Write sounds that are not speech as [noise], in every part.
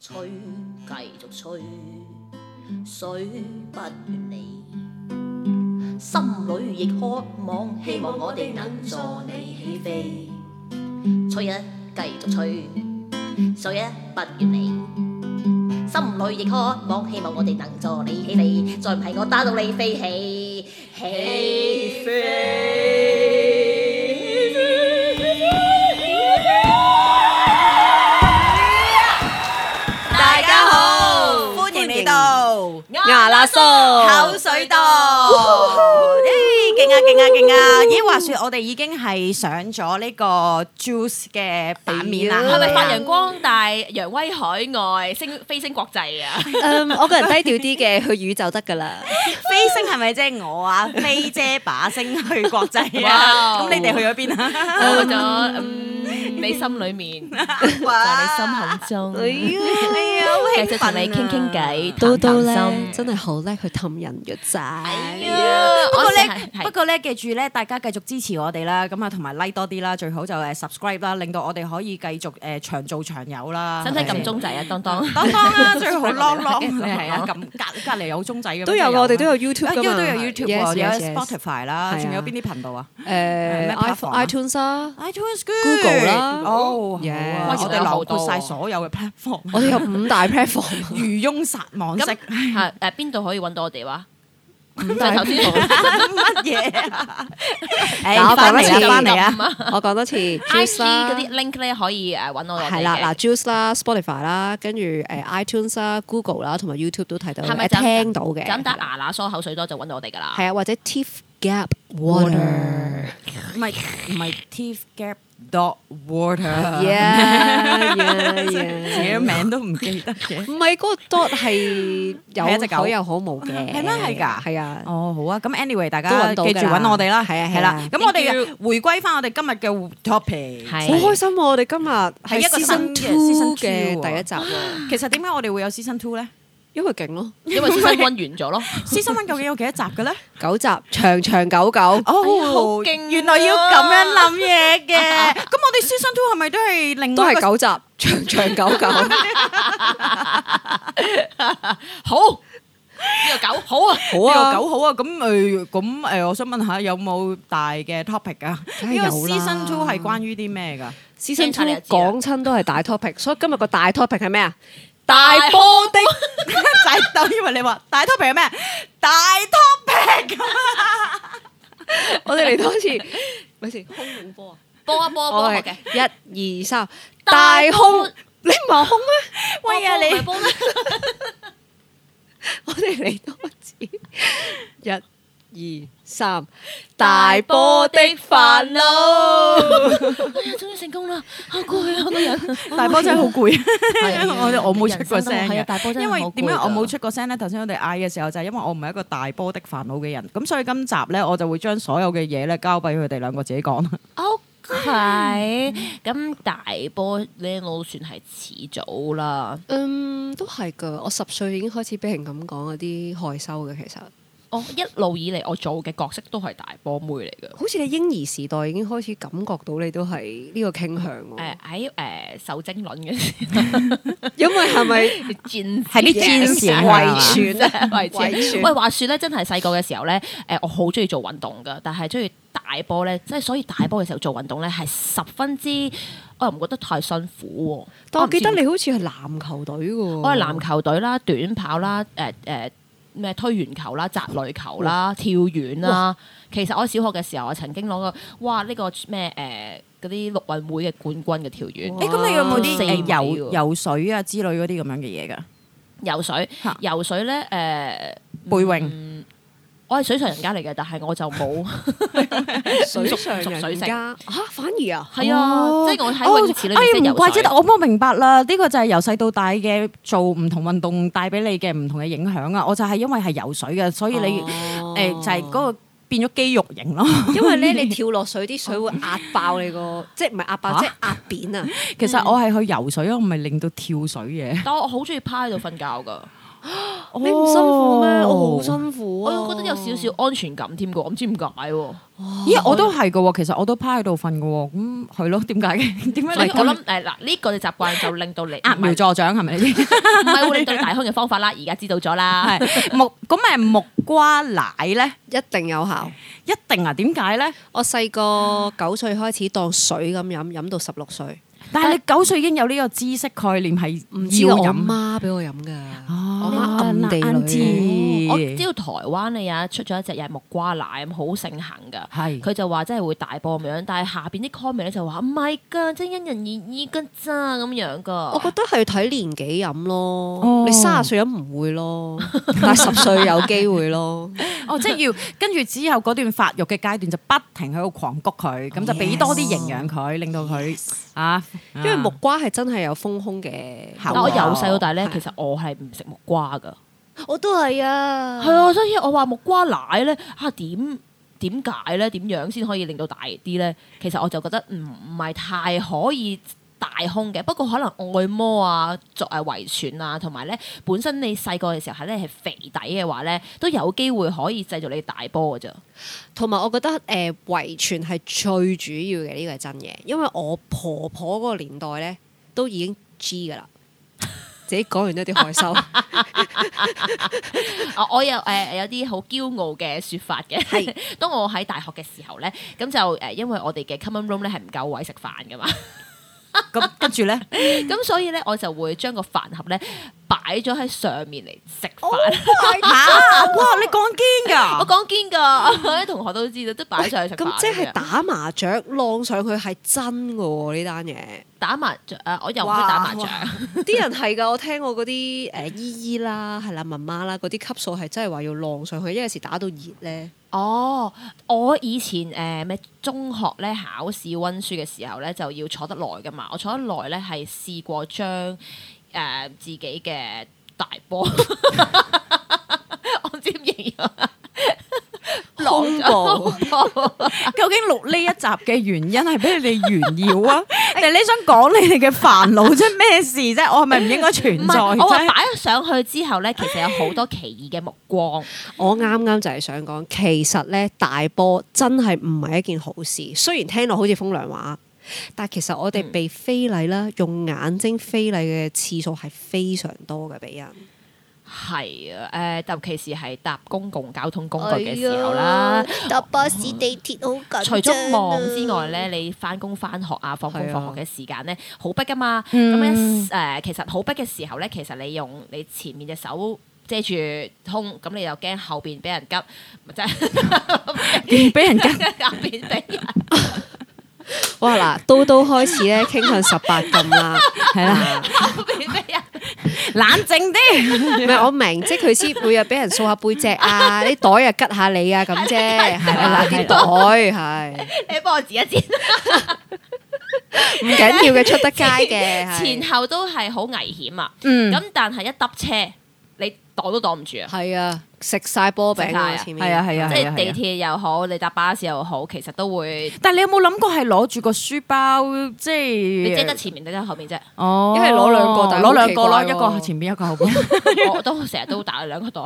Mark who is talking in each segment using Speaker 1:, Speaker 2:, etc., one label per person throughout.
Speaker 1: 吹，繼續吹，水不怨你，心裏亦渴望，希望我哋能助你起飛。吹啊，繼續吹，水啊不怨你，心裏亦渴望，希望我哋能助你起飛，再唔係我打到你飛起，起
Speaker 2: 大家好，歡迎嚟到牙罅梳口水度。咦，勁啊勁啊勁啊！咦，話說我哋已經係上咗呢個 Juice 嘅版面啦，
Speaker 3: 係咪
Speaker 2: 啊
Speaker 3: 發揚？光大、揚威海外、升飛升國際啊？
Speaker 4: 嗯，我個人低調啲嘅，去宇宙得㗎啦。
Speaker 2: 飛星係咪即係我 [laughs] 啊？飛姐把星去國際啊！ [laughs]
Speaker 3: 哇
Speaker 2: 咁你哋去咗邊啊？
Speaker 3: 我咗嗯，你心裏面，在你心口中，
Speaker 2: 哎呀，
Speaker 3: 繼
Speaker 2: 好
Speaker 3: 續
Speaker 2: 興奮
Speaker 3: 同
Speaker 2: 啊
Speaker 3: 你傾傾。偈，
Speaker 4: 到
Speaker 3: 談
Speaker 4: 到
Speaker 3: 談
Speaker 4: 咧，
Speaker 3: 心。
Speaker 4: 真係好叻去氹人嘅咋。
Speaker 3: 哎呀
Speaker 2: 啊 [laughs] 不過
Speaker 3: 我成
Speaker 2: 咧
Speaker 3: 日，係
Speaker 2: 不過咧，記住咧，大家繼續支持我哋啦，咁啊，同埋 like 多啲啦，最好就誒 subscribe 啦，令到我哋可以繼續誒長做長有啦。
Speaker 3: 使唔使撳鐘仔啊？當當，
Speaker 2: 當當啦，最好啷啷係
Speaker 3: [laughs]
Speaker 2: [laughs]
Speaker 3: 係
Speaker 2: 啊，
Speaker 3: 啊
Speaker 2: 咁隔隔離有鐘仔嘅
Speaker 4: 都有㗎，我哋都有 YouTube
Speaker 2: 啊
Speaker 4: 㗎
Speaker 2: 因為
Speaker 4: 嘛。
Speaker 2: 都有 YouTube 喎，
Speaker 4: Yes,
Speaker 2: 有
Speaker 4: yes, yes
Speaker 2: Spotify 啦，
Speaker 4: 係啊
Speaker 2: 仲有邊啲頻道啊咩
Speaker 4: 誒
Speaker 2: platform 啊
Speaker 4: iPhone iTunes 啊，
Speaker 2: ？iTunes、
Speaker 4: Google 啦
Speaker 2: 哦，好
Speaker 4: Yeah
Speaker 2: 啊
Speaker 4: 哇
Speaker 2: 我哋
Speaker 3: 原來有
Speaker 2: 留
Speaker 3: 好多
Speaker 2: 過晒
Speaker 3: 喎
Speaker 2: 所有嘅 platform，
Speaker 4: 我哋有五大
Speaker 2: [laughs]
Speaker 4: platform。
Speaker 2: 漁翁撒網式
Speaker 3: 咁係誒邊度可以揾到我哋話？就
Speaker 4: 大
Speaker 3: 係頭先講
Speaker 2: 乜
Speaker 3: [laughs]
Speaker 2: 嘢啊？ [laughs]
Speaker 4: 嗱我
Speaker 2: 翻
Speaker 4: 講
Speaker 2: 嚟
Speaker 4: 一次
Speaker 2: 啊，翻嚟啊！
Speaker 4: 我講多次
Speaker 3: I G
Speaker 4: ，Juice
Speaker 3: 嗰
Speaker 4: 啦，
Speaker 3: 啲 link 咧可以誒揾我
Speaker 2: 哦
Speaker 3: 哋嘅。
Speaker 4: 係啦，嗱 Juice 啦，Spotify 啦，跟住誒 iTunes 啦、Google 啦，同埋 YouTube 都睇到，
Speaker 3: 係咪
Speaker 4: 誒
Speaker 3: 就咁
Speaker 4: 聽到嘅。
Speaker 3: 就咁打
Speaker 2: 啊
Speaker 3: 牙罅梳口水多就揾到我哋㗎啦。
Speaker 4: 係啊，或者 Teeth Gap Water。
Speaker 2: 唔係唔係 Teeth Gap Dot Water， [laughs]
Speaker 4: Yeah, yeah,
Speaker 2: 自
Speaker 4: yeah.
Speaker 2: 己名都唔記 [laughs] 得嘅。
Speaker 4: 唔係嗰個 dot 係有
Speaker 2: 係一隻狗
Speaker 4: 可有可無嘅，
Speaker 2: 係咩係㗎
Speaker 4: 係啊，
Speaker 2: 哦，好啊，咁 anyway，大
Speaker 4: 都
Speaker 2: 家
Speaker 4: 揾到
Speaker 2: 記
Speaker 4: 㗎
Speaker 2: 住
Speaker 4: 啦
Speaker 2: 揾我哋啦，
Speaker 4: 係啊
Speaker 2: 係
Speaker 4: 係
Speaker 2: 啦
Speaker 4: 啦。
Speaker 2: 咁我
Speaker 3: Thank
Speaker 2: 哋回歸翻我哋今日嘅 topic，
Speaker 3: 係
Speaker 4: 好開心喎！我哋今日
Speaker 2: 係一個新
Speaker 4: 係 season
Speaker 2: 嘅
Speaker 4: two
Speaker 2: season two
Speaker 4: 嘅
Speaker 2: 喎
Speaker 4: 第一集喎，
Speaker 2: 其實點解我哋會有 season two 咧
Speaker 4: 因為勁咯，
Speaker 3: 因為新温完咗咯。
Speaker 2: ？season one 究竟有幾多集嘅咧？
Speaker 4: 九集長長久久，
Speaker 2: 哦
Speaker 3: 勁啊
Speaker 2: 原來要咁樣諗嘢嘅。 [laughs] 咁我哋 season two 係咪都係另
Speaker 4: 都
Speaker 2: 外一個
Speaker 4: 係九集長長久久， [laughs]
Speaker 3: 好，呢個狗好啊！
Speaker 4: 好
Speaker 2: 呢
Speaker 4: 啊，
Speaker 2: 個九好啊？咁誒咁誒，我想問下有冇大嘅 topic 啊？
Speaker 4: 梗
Speaker 2: 呢
Speaker 4: 係有
Speaker 2: 個
Speaker 4: 啦
Speaker 2: season two 係關於啲咩㗎？
Speaker 4: season
Speaker 3: 聽晒
Speaker 4: two
Speaker 3: 你就知啦
Speaker 4: 講親都係大 topic，所以今日個大 topic 係咩啊？
Speaker 3: 大
Speaker 2: 波的 [laughs] 就係就以為你話大 topic 係咩？大
Speaker 3: [laughs]
Speaker 2: topic
Speaker 4: [laughs] 我哋嚟多次，咪先空頂波啊！
Speaker 3: 波一波波
Speaker 4: 我
Speaker 3: 學嘅。
Speaker 4: 係一二三，大空，你唔係空咩？ [laughs]
Speaker 2: 喂啊你！
Speaker 3: 波波唔係波咩
Speaker 4: 我哋嚟多次，一、二、三， [laughs] 大波的煩惱。
Speaker 3: 哎呀，終於成功啦！好攰啊，個
Speaker 4: [laughs]
Speaker 3: 人。
Speaker 2: 大波真係好攰，
Speaker 3: 係
Speaker 2: 我我冇出過聲
Speaker 3: 人生都係啊大
Speaker 2: 嘅，
Speaker 3: 波真係
Speaker 2: 因為
Speaker 3: 好攰㗎
Speaker 2: 點解我冇出過聲咧？頭先我哋嗌嘅時候就係因為我唔係一個大波的煩惱嘅人，咁所以今集咧我就會將所有嘅嘢咧交俾佢哋兩個自己講啦。
Speaker 3: 哦 OK，咁大波咧，我算係始祖啦。
Speaker 4: 嗯，都係噶。我十歲已經開始俾人咁講嗰啲害羞嘅，其實
Speaker 3: 我哦一路以嚟我做嘅角色都係大波妹嚟嘅。
Speaker 4: 好似你嬰兒時代已經開始感覺到你都係呢個傾向喎。
Speaker 3: 誒喺誒受精卵嘅時候
Speaker 4: 因為係咪
Speaker 3: [laughs] 戰
Speaker 2: 係啲戰士
Speaker 3: 遺
Speaker 4: 遺傳
Speaker 2: [laughs]
Speaker 4: 啊？
Speaker 3: 遺
Speaker 4: 遺
Speaker 3: 傳。
Speaker 4: 傳
Speaker 3: 喂，話説咧，真係細個嘅時候咧，誒我好中意做運動㗎，但係中意大波咧，即係所以大波嘅時候做運動咧係十分之，我又唔覺得太辛苦喎。
Speaker 4: [laughs] 但我記得
Speaker 3: 唔知
Speaker 4: 你好似係籃球隊嘅喎。
Speaker 3: 我係籃球隊啦、短跑啦、誒誒咩推鉛球啦、擲壘球啦、跳遠啦。其實我喺小學嘅時候，我曾經攞過哇呢、個咩誒嗰啲陸運會嘅冠軍嘅跳遠。
Speaker 2: 誒，咁你有冇啲
Speaker 3: 四米
Speaker 2: 誒游
Speaker 3: 喎
Speaker 2: 游水啊之類嗰啲咁樣嘅嘢㗎？
Speaker 3: 游水
Speaker 2: 嚇，
Speaker 3: 游水咧誒、呃
Speaker 2: 背泳
Speaker 3: 嗯我係水上人家嚟嘅，但係我就
Speaker 2: [laughs]
Speaker 3: 冇
Speaker 4: 水上
Speaker 3: 熟熟水
Speaker 4: 人
Speaker 3: 性
Speaker 4: 家嚇，反而啊，
Speaker 3: 係啊，
Speaker 2: 哦
Speaker 3: 即係我喺泳池裏面識
Speaker 2: 哎唔怪
Speaker 3: 游
Speaker 2: 之
Speaker 3: 水。
Speaker 2: 得，我冇明白啦。呢個就係由細到大嘅做唔同運動帶俾你嘅唔同嘅影響啊！我就係因為係游水嘅，所以你
Speaker 4: 哦
Speaker 2: 誒就係嗰個變咗肌肉型咯。 [laughs]
Speaker 4: 因為 [laughs] 咧，你跳落水啲水會壓爆你個，即係唔係壓爆，即係壓扁啊！
Speaker 2: 其實我係去游水啊，我唔係令到跳水嘅。
Speaker 3: 但我好中意趴喺度瞓覺㗎，
Speaker 4: 你唔辛苦咩？哦我好辛苦啊！
Speaker 3: 我覺得有少少安全感添㗎，我唔知點解喎。
Speaker 2: 咦，我都係嘅喎，其實我都趴喺度瞓嘅喎，咁係咯，點解 [laughs] 嘅？點解
Speaker 3: 所以
Speaker 2: 你
Speaker 3: 我
Speaker 2: 咁啊
Speaker 3: 諗誒嗱，呢個嘅習慣就令
Speaker 2: [laughs]
Speaker 3: 到你
Speaker 2: 揠苗助長係咪呢啲？
Speaker 3: 唔係會令到你大胸嘅方法啦，而家知道咗啦。
Speaker 2: [laughs] 係木咁咪木瓜奶咧，
Speaker 4: 一定有效。
Speaker 2: 一定啊？點解咧？
Speaker 4: 我細個九歲開始當水咁飲，飲到十六歲。
Speaker 2: 但係你九歲已經有呢個知識概念係
Speaker 4: 唔知
Speaker 2: 要
Speaker 4: 我
Speaker 2: 飲
Speaker 4: 媽俾我飲㗎，我媽
Speaker 2: 啊
Speaker 4: 暗地
Speaker 2: 啱知
Speaker 4: 裏。
Speaker 3: 我知道台灣咧有一出咗一隻又係木瓜奶咁好盛行㗎。
Speaker 2: 係
Speaker 3: 佢就話真係會大波咁樣，但係下邊啲 comment 咧就話唔，"Oh 係㗎，即係因人而異㗎咋咁樣
Speaker 4: 我
Speaker 3: 㗎。
Speaker 4: 覺得係睇年紀飲
Speaker 2: 哦
Speaker 4: 咯，你三十歲飲唔會咯，但係十歲有機會咯。
Speaker 2: 哦，即係要跟住之後嗰段發育嘅階段就不停喺度狂谷佢，咁就俾多啲營養佢，令到佢啊，
Speaker 4: 因
Speaker 2: à.
Speaker 4: 為木瓜係真係有豐胸嘅
Speaker 2: 效
Speaker 3: 但
Speaker 2: 果
Speaker 3: 我由
Speaker 2: 有
Speaker 3: 細到大咧，
Speaker 4: 係
Speaker 3: 其實我係唔食木瓜㗎。
Speaker 4: 我都係啊
Speaker 3: 係啊，所以我話木瓜奶咧啊點點解咧？點樣先可以令到大啲咧？其實我就覺得唔唔係太可以。大胸嘅，不過可能外摩啊、作誒遺傳啊，同埋咧本身你細個嘅時候係咧係肥底嘅話咧，都有機會可以製造你大波嘅啫。
Speaker 4: 同埋我覺得誒、呃、遺傳係最主要嘅，呢個係真嘅，因為我婆婆嗰個年代咧都已經 G 㗎啦。自己講完都有啲害羞，
Speaker 3: 啊，我有誒、有啲好驕傲嘅説法嘅。
Speaker 4: 係
Speaker 3: [laughs] 當我喺大學嘅時候咧，咁就誒、因為我哋嘅 common room 咧係唔夠位食飯噶嘛，
Speaker 2: 咁跟住 [laughs] 咧，
Speaker 3: 咁所以咧我就會將個飯盒咧擺咗喺上面嚟食
Speaker 4: 哦
Speaker 3: 飯。
Speaker 2: 嚇哇！你講堅
Speaker 3: [laughs]
Speaker 2: 㗎，
Speaker 3: 我講堅㗎，啲同學都知道，都擺上去食飯。
Speaker 4: 啊咁即係打麻雀晾上去係真㗎喎呢單嘢，
Speaker 3: 打麻雀誒，我又唔識打麻雀， [laughs]
Speaker 4: 啲人係㗎。我聽我嗰啲誒姨姨啦，係啦媽媽啦，嗰啲級數係真係話要晾上去，因為有時打到熱咧。
Speaker 3: 哦，我以前誒咩、中學咧考試温書嘅時候咧，就要坐得耐噶嘛。我坐得耐咧，係試過將誒、呃自己嘅大波， [laughs] 我唔知點形容，啊
Speaker 4: 恐怖
Speaker 2: 究竟錄呢一集嘅原因係俾你哋炫耀啊？定係你想講你哋嘅煩惱啫？咩事啫？我係咪唔應該
Speaker 3: 唔
Speaker 2: 存在
Speaker 3: 係我話
Speaker 2: 啫？
Speaker 3: 擺咗上去之後咧，其實有好多奇異嘅目光。
Speaker 4: 我啱啱就係想講，其實咧大波真係唔係一件好事。雖然聽落好似風涼話，但其實我哋被非禮啦，用眼睛非禮嘅次數係非常多嘅俾人。
Speaker 3: 係啊，誒、尤其是係搭公共交通工具嘅時候啦。
Speaker 1: 搭巴士、地鐵好緊張啊
Speaker 3: 除咗望之外咧，你翻工翻學啊、放工
Speaker 4: 係啊
Speaker 3: 放學嘅時間咧，好逼噶嘛。咁咧
Speaker 2: 嗯
Speaker 3: 誒，其實好逼嘅時候咧，其實你用你前面隻手遮住胸，咁你又驚後邊俾人急，咪真係 [laughs]
Speaker 2: 俾人
Speaker 3: 後邊俾人。
Speaker 4: 哇 [laughs] 嗱，到到開始咧傾向十八禁 [laughs] 啦，
Speaker 2: 係啦，
Speaker 3: 後邊俾人
Speaker 2: 冷靜啲。
Speaker 4: 唔係我明，即係佢先每日俾人掃下背脊 [laughs] 啊，啲袋啊吉下你啊咁啫，係 [laughs] 啦啲袋係
Speaker 3: 你幫我指一指，
Speaker 4: 唔緊要嘅，出得街嘅係
Speaker 3: 前後都係好危險啊！
Speaker 2: 嗯，
Speaker 3: 咁但係一搭車，你擋都擋唔住啊！
Speaker 4: 係啊，食晒波餅啊前面
Speaker 2: 係啊係啊，
Speaker 3: 即
Speaker 2: 係啊
Speaker 3: 係地。鐵又好，你搭巴士又好，其實都會
Speaker 2: 但係你有冇諗過係攞住個書包，即
Speaker 3: 你
Speaker 2: 係
Speaker 3: 遮得前面，你遮後面啫。
Speaker 2: 哦，
Speaker 4: 一係攞兩個但係好
Speaker 2: 攞兩個咯，
Speaker 4: 奇
Speaker 2: 一
Speaker 4: 怪
Speaker 2: 個
Speaker 4: 喎
Speaker 2: 前邊，一個後邊。
Speaker 3: 我 [laughs] 都成日都打兩個袋，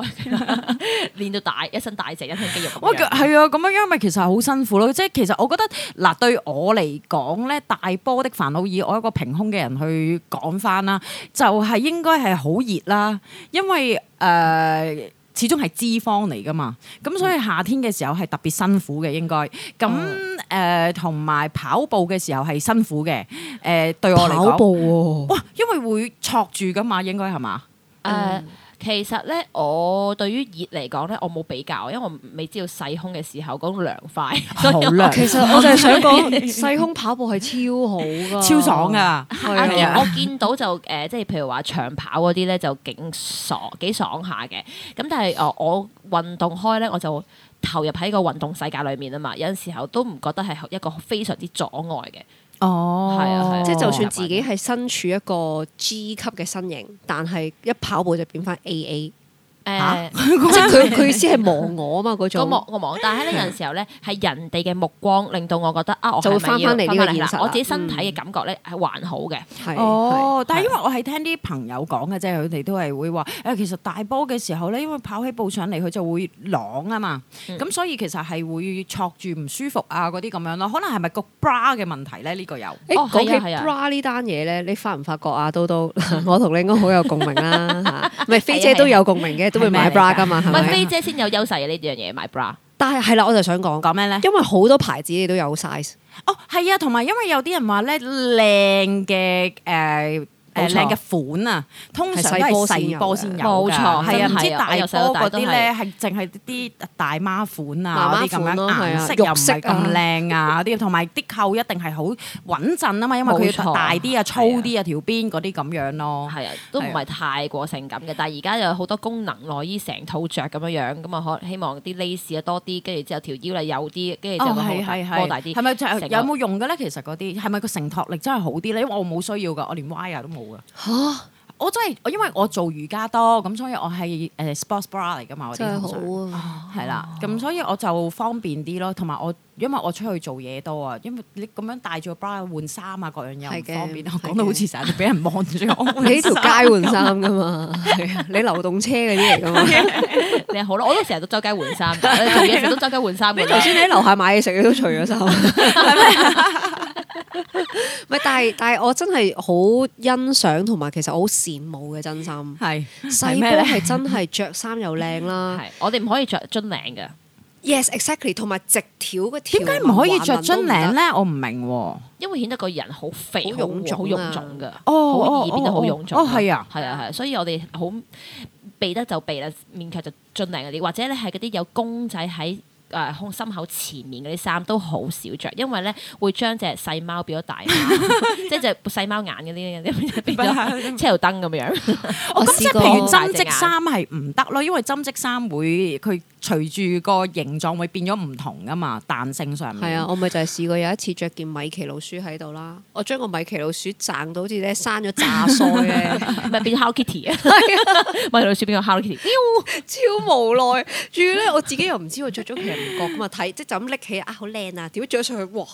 Speaker 3: [laughs] 練到大一身大隻，一身肌肉咁樣。
Speaker 2: 我係啊，咁樣因為其實好辛苦咯。即係其實我覺得嗱，對我嚟講咧，大波的煩惱以我一個平胸嘅人去講翻啦，就係、應該係好熱啦，因為誒。呃始終係脂肪嚟噶嘛，咁所以夏天嘅時候係特別辛苦嘅應該，
Speaker 4: 嗯
Speaker 2: 咁誒同埋跑步嘅時候係辛苦嘅，誒、呃、對我嚟講，
Speaker 4: 步
Speaker 2: 哇，因為會挫住噶嘛，應該係嘛？
Speaker 3: 誒、嗯
Speaker 2: 呃
Speaker 3: 其實咧，我對於熱嚟講咧，我冇比較，因為我未知道細胸嘅時候嗰種涼快，
Speaker 2: 好涼，啊
Speaker 4: 其實我就係想講，細胸跑步係 [laughs] 超好噶，
Speaker 2: 超爽！噶，
Speaker 4: 哦係
Speaker 3: 我見
Speaker 2: 啊
Speaker 4: 啊，
Speaker 3: 我見到就誒、呃即係譬如話長跑嗰啲咧，就勁爽幾爽下嘅。咁但係誒、我運動開咧，我就投入喺個運動世界裏面啊嘛。有陣時候都唔覺得係一個非常之阻礙嘅。
Speaker 2: 哦
Speaker 3: 係啊係啊
Speaker 4: 即係就算自己 [laughs] 係身處一個 G 級嘅身形，但係一跑步就變翻 A A，
Speaker 3: 誒
Speaker 4: 即係佢佢意思係忘我啊嘛嗰
Speaker 3: 呃個
Speaker 4: 種。
Speaker 3: 網個網，但係咧有陣時候咧係人哋嘅目光令到我覺得啊，我
Speaker 4: 嗯就會
Speaker 3: 係咪要
Speaker 4: 返返嚟呢個
Speaker 3: 返返嚟啦
Speaker 4: 現實啦啊嗯
Speaker 3: 我自己身體嘅感覺咧係還好嘅，
Speaker 4: 係
Speaker 2: 哦，但係
Speaker 4: 係
Speaker 2: 因為我係聽啲朋友講嘅啫，佢哋都係會話誒、其實大波嘅時候咧，因為跑起步上嚟佢就會啷啊嘛，咁、所以其實係會戳住唔舒服啊嗰啲咁樣咯，可能係咪個 bra 嘅問題咧？呢、個有。
Speaker 4: 誒
Speaker 3: 哦
Speaker 4: 講起
Speaker 3: 係啊係啊
Speaker 4: bra 呢單嘢咧，你發唔發覺啊？都都， [laughs] 我同你應該好有共鳴啦 [laughs] 嚇，唔係飛姐都有共鳴嘅，都會買 bra 噶嘛，
Speaker 3: 唔
Speaker 4: 係
Speaker 3: 係
Speaker 4: 咪？
Speaker 3: 飛姐先有優勢嘅呢啊樣嘢買 bra。
Speaker 4: 但係係啦，我就想講， [laughs]
Speaker 2: 講咩咧？
Speaker 4: 因為好多牌子你都有 size， [laughs]
Speaker 2: 哦，係啊，同埋因為有啲人話咧，靚嘅誒誒
Speaker 4: 冇錯
Speaker 2: 靚嘅款啊，通常都
Speaker 4: 係細
Speaker 2: 係
Speaker 4: 波先
Speaker 2: 細波先有
Speaker 4: 有嘅
Speaker 2: 㗎，
Speaker 3: 冇錯
Speaker 2: 係啊，
Speaker 3: 真
Speaker 2: 唔知
Speaker 3: 係啊我由細
Speaker 2: 大
Speaker 3: 到
Speaker 2: 波
Speaker 3: 大
Speaker 2: 嗰
Speaker 3: 都
Speaker 2: 啲
Speaker 3: 係
Speaker 2: 咧係淨係啲大媽款啊，嗰
Speaker 4: 媽媽
Speaker 2: 啲咁
Speaker 4: 款
Speaker 2: 樣
Speaker 4: 咯係啊
Speaker 2: 顏色又唔係
Speaker 4: 肉色啊
Speaker 2: 咁靚啊，啲同埋啲扣一定係好穩陣啊嘛，因為佢
Speaker 3: 冇
Speaker 2: 要
Speaker 3: 錯
Speaker 2: 大啲啊、粗啲啊、條邊嗰啲咁樣咯。
Speaker 3: 係啊，都唔係太過性感嘅，但係而家有好多功能內衣成套着咁樣樣，咁啊可希望啲 lace 啊多啲，跟住之後條腰啊有啲，跟住
Speaker 2: 哦
Speaker 3: 就，個
Speaker 2: 係
Speaker 3: 胸
Speaker 2: 係
Speaker 3: 大波大啲，
Speaker 2: 係咪就
Speaker 3: 成個
Speaker 2: 有冇 [laughs] 用嘅咧？其實嗰啲係咪個承托力真係好啲咧？因為我冇需要㗎，我連 wire 都冇㗎。我真係，我因為我做瑜伽多，咁所以我係誒 sports bra 嚟㗎嘛，我
Speaker 4: 真
Speaker 2: 啲
Speaker 4: 係
Speaker 2: 通常
Speaker 4: 好啊！
Speaker 2: 係啦，咁所以我就方便啲咯，同埋我因為我出去做嘢多啊，因為你咁樣帶住個 bra 換衫啊，各樣又
Speaker 4: 係
Speaker 2: 唔
Speaker 4: 嘅
Speaker 2: 方便。我
Speaker 4: 係嘅
Speaker 2: 講到好似成日都俾人望住我
Speaker 4: [laughs]
Speaker 2: 換衫，
Speaker 4: 你喺條街換衫噶嘛，係啊你流動車嗰啲嚟噶嘛。
Speaker 3: [laughs] 你好啦，我都成日都周街換
Speaker 2: [laughs]
Speaker 3: 衫，做
Speaker 2: 啊
Speaker 3: 嘢時都周街換衫嘅。
Speaker 4: 頭先你喺樓下買嘢食，你都
Speaker 2: [laughs]
Speaker 4: 除咗衫，唔係，但係但係我真係好欣賞同埋其實我好羨慕嘅，真心
Speaker 2: 係
Speaker 4: 細
Speaker 2: 係咩
Speaker 4: 波
Speaker 2: 咧？
Speaker 4: 係真係着衫又靚啦
Speaker 3: 係，我哋唔可以着樽領嘅，
Speaker 4: ，yes exactly，同埋直條嘅條
Speaker 2: 點
Speaker 4: 紋
Speaker 2: 解唔可以着樽領？
Speaker 4: 橫紋都唔
Speaker 2: 咧？我唔明喎。哦
Speaker 3: 因為顯得個人好肥、
Speaker 4: 好
Speaker 3: 好
Speaker 4: 臃腫啊
Speaker 3: 好臃腫嘅，
Speaker 2: 哦
Speaker 3: 好易變得好臃腫。
Speaker 2: 哦，係啊，，
Speaker 3: 係啊係啊，所以我哋好避得就避啦，勉強就樽領嗰啲，或者咧係嗰啲有公仔喺。誒胸心口前面嗰啲衫都好少着，因為咧會將隻細貓變咗大
Speaker 2: [laughs]
Speaker 3: 貓，即係隻細貓眼嗰啲變咗車頭燈咁樣。
Speaker 4: 我
Speaker 2: 哦，咁
Speaker 4: 試
Speaker 2: 即係
Speaker 4: 過
Speaker 2: 譬如針織衫係唔得咯，因為針織衫會佢隨住個形狀會變咗唔同噶嘛，彈性上
Speaker 4: 得
Speaker 2: 面。
Speaker 4: 係啊，我咪就係試過有一次着件米奇老鼠喺度啦，我將個米奇老鼠掙到好似咧生咗炸腮咧。
Speaker 3: 唔係變咗 Hello Kitty 啊！ [laughs] 咪老鼠變咗 Hello Kitty，啊
Speaker 4: 超無奈，仲要咧我自己又唔知我着咗其實唔覺噶嘛，睇即係就咁拎起啊好靚啊，點知着上去 [laughs] 哇！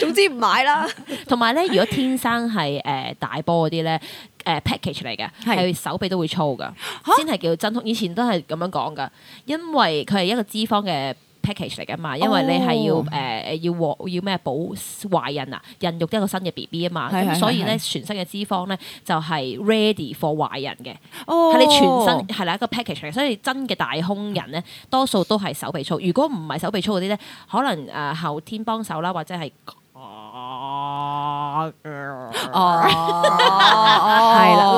Speaker 4: 總之唔買啦，
Speaker 3: 同埋咧，如果天生係誒、呃大波嗰啲咧，誒、package 嚟嘅，
Speaker 2: 係
Speaker 3: 係手臂都會粗噶，先係叫真空。以前都係咁樣講噶，因為佢係一個脂肪嘅 package 嚟噶嘛，因為你係要誒、
Speaker 2: 哦
Speaker 3: 呃要和要咩保懷孕啊，孕育一個新嘅 B B 啊嘛，
Speaker 2: 係係
Speaker 3: 咁所以
Speaker 2: 係
Speaker 3: 咧
Speaker 2: 係
Speaker 3: 全身嘅脂肪咧就係 ready for 懷孕嘅，
Speaker 2: 哦
Speaker 3: 係你全身係啦一個 package 嚟，所以真嘅大胸人咧，多數都係手臂粗。如果唔係手臂粗嗰啲咧，可能誒、呃、後天幫手啦，或者係。
Speaker 2: 哦，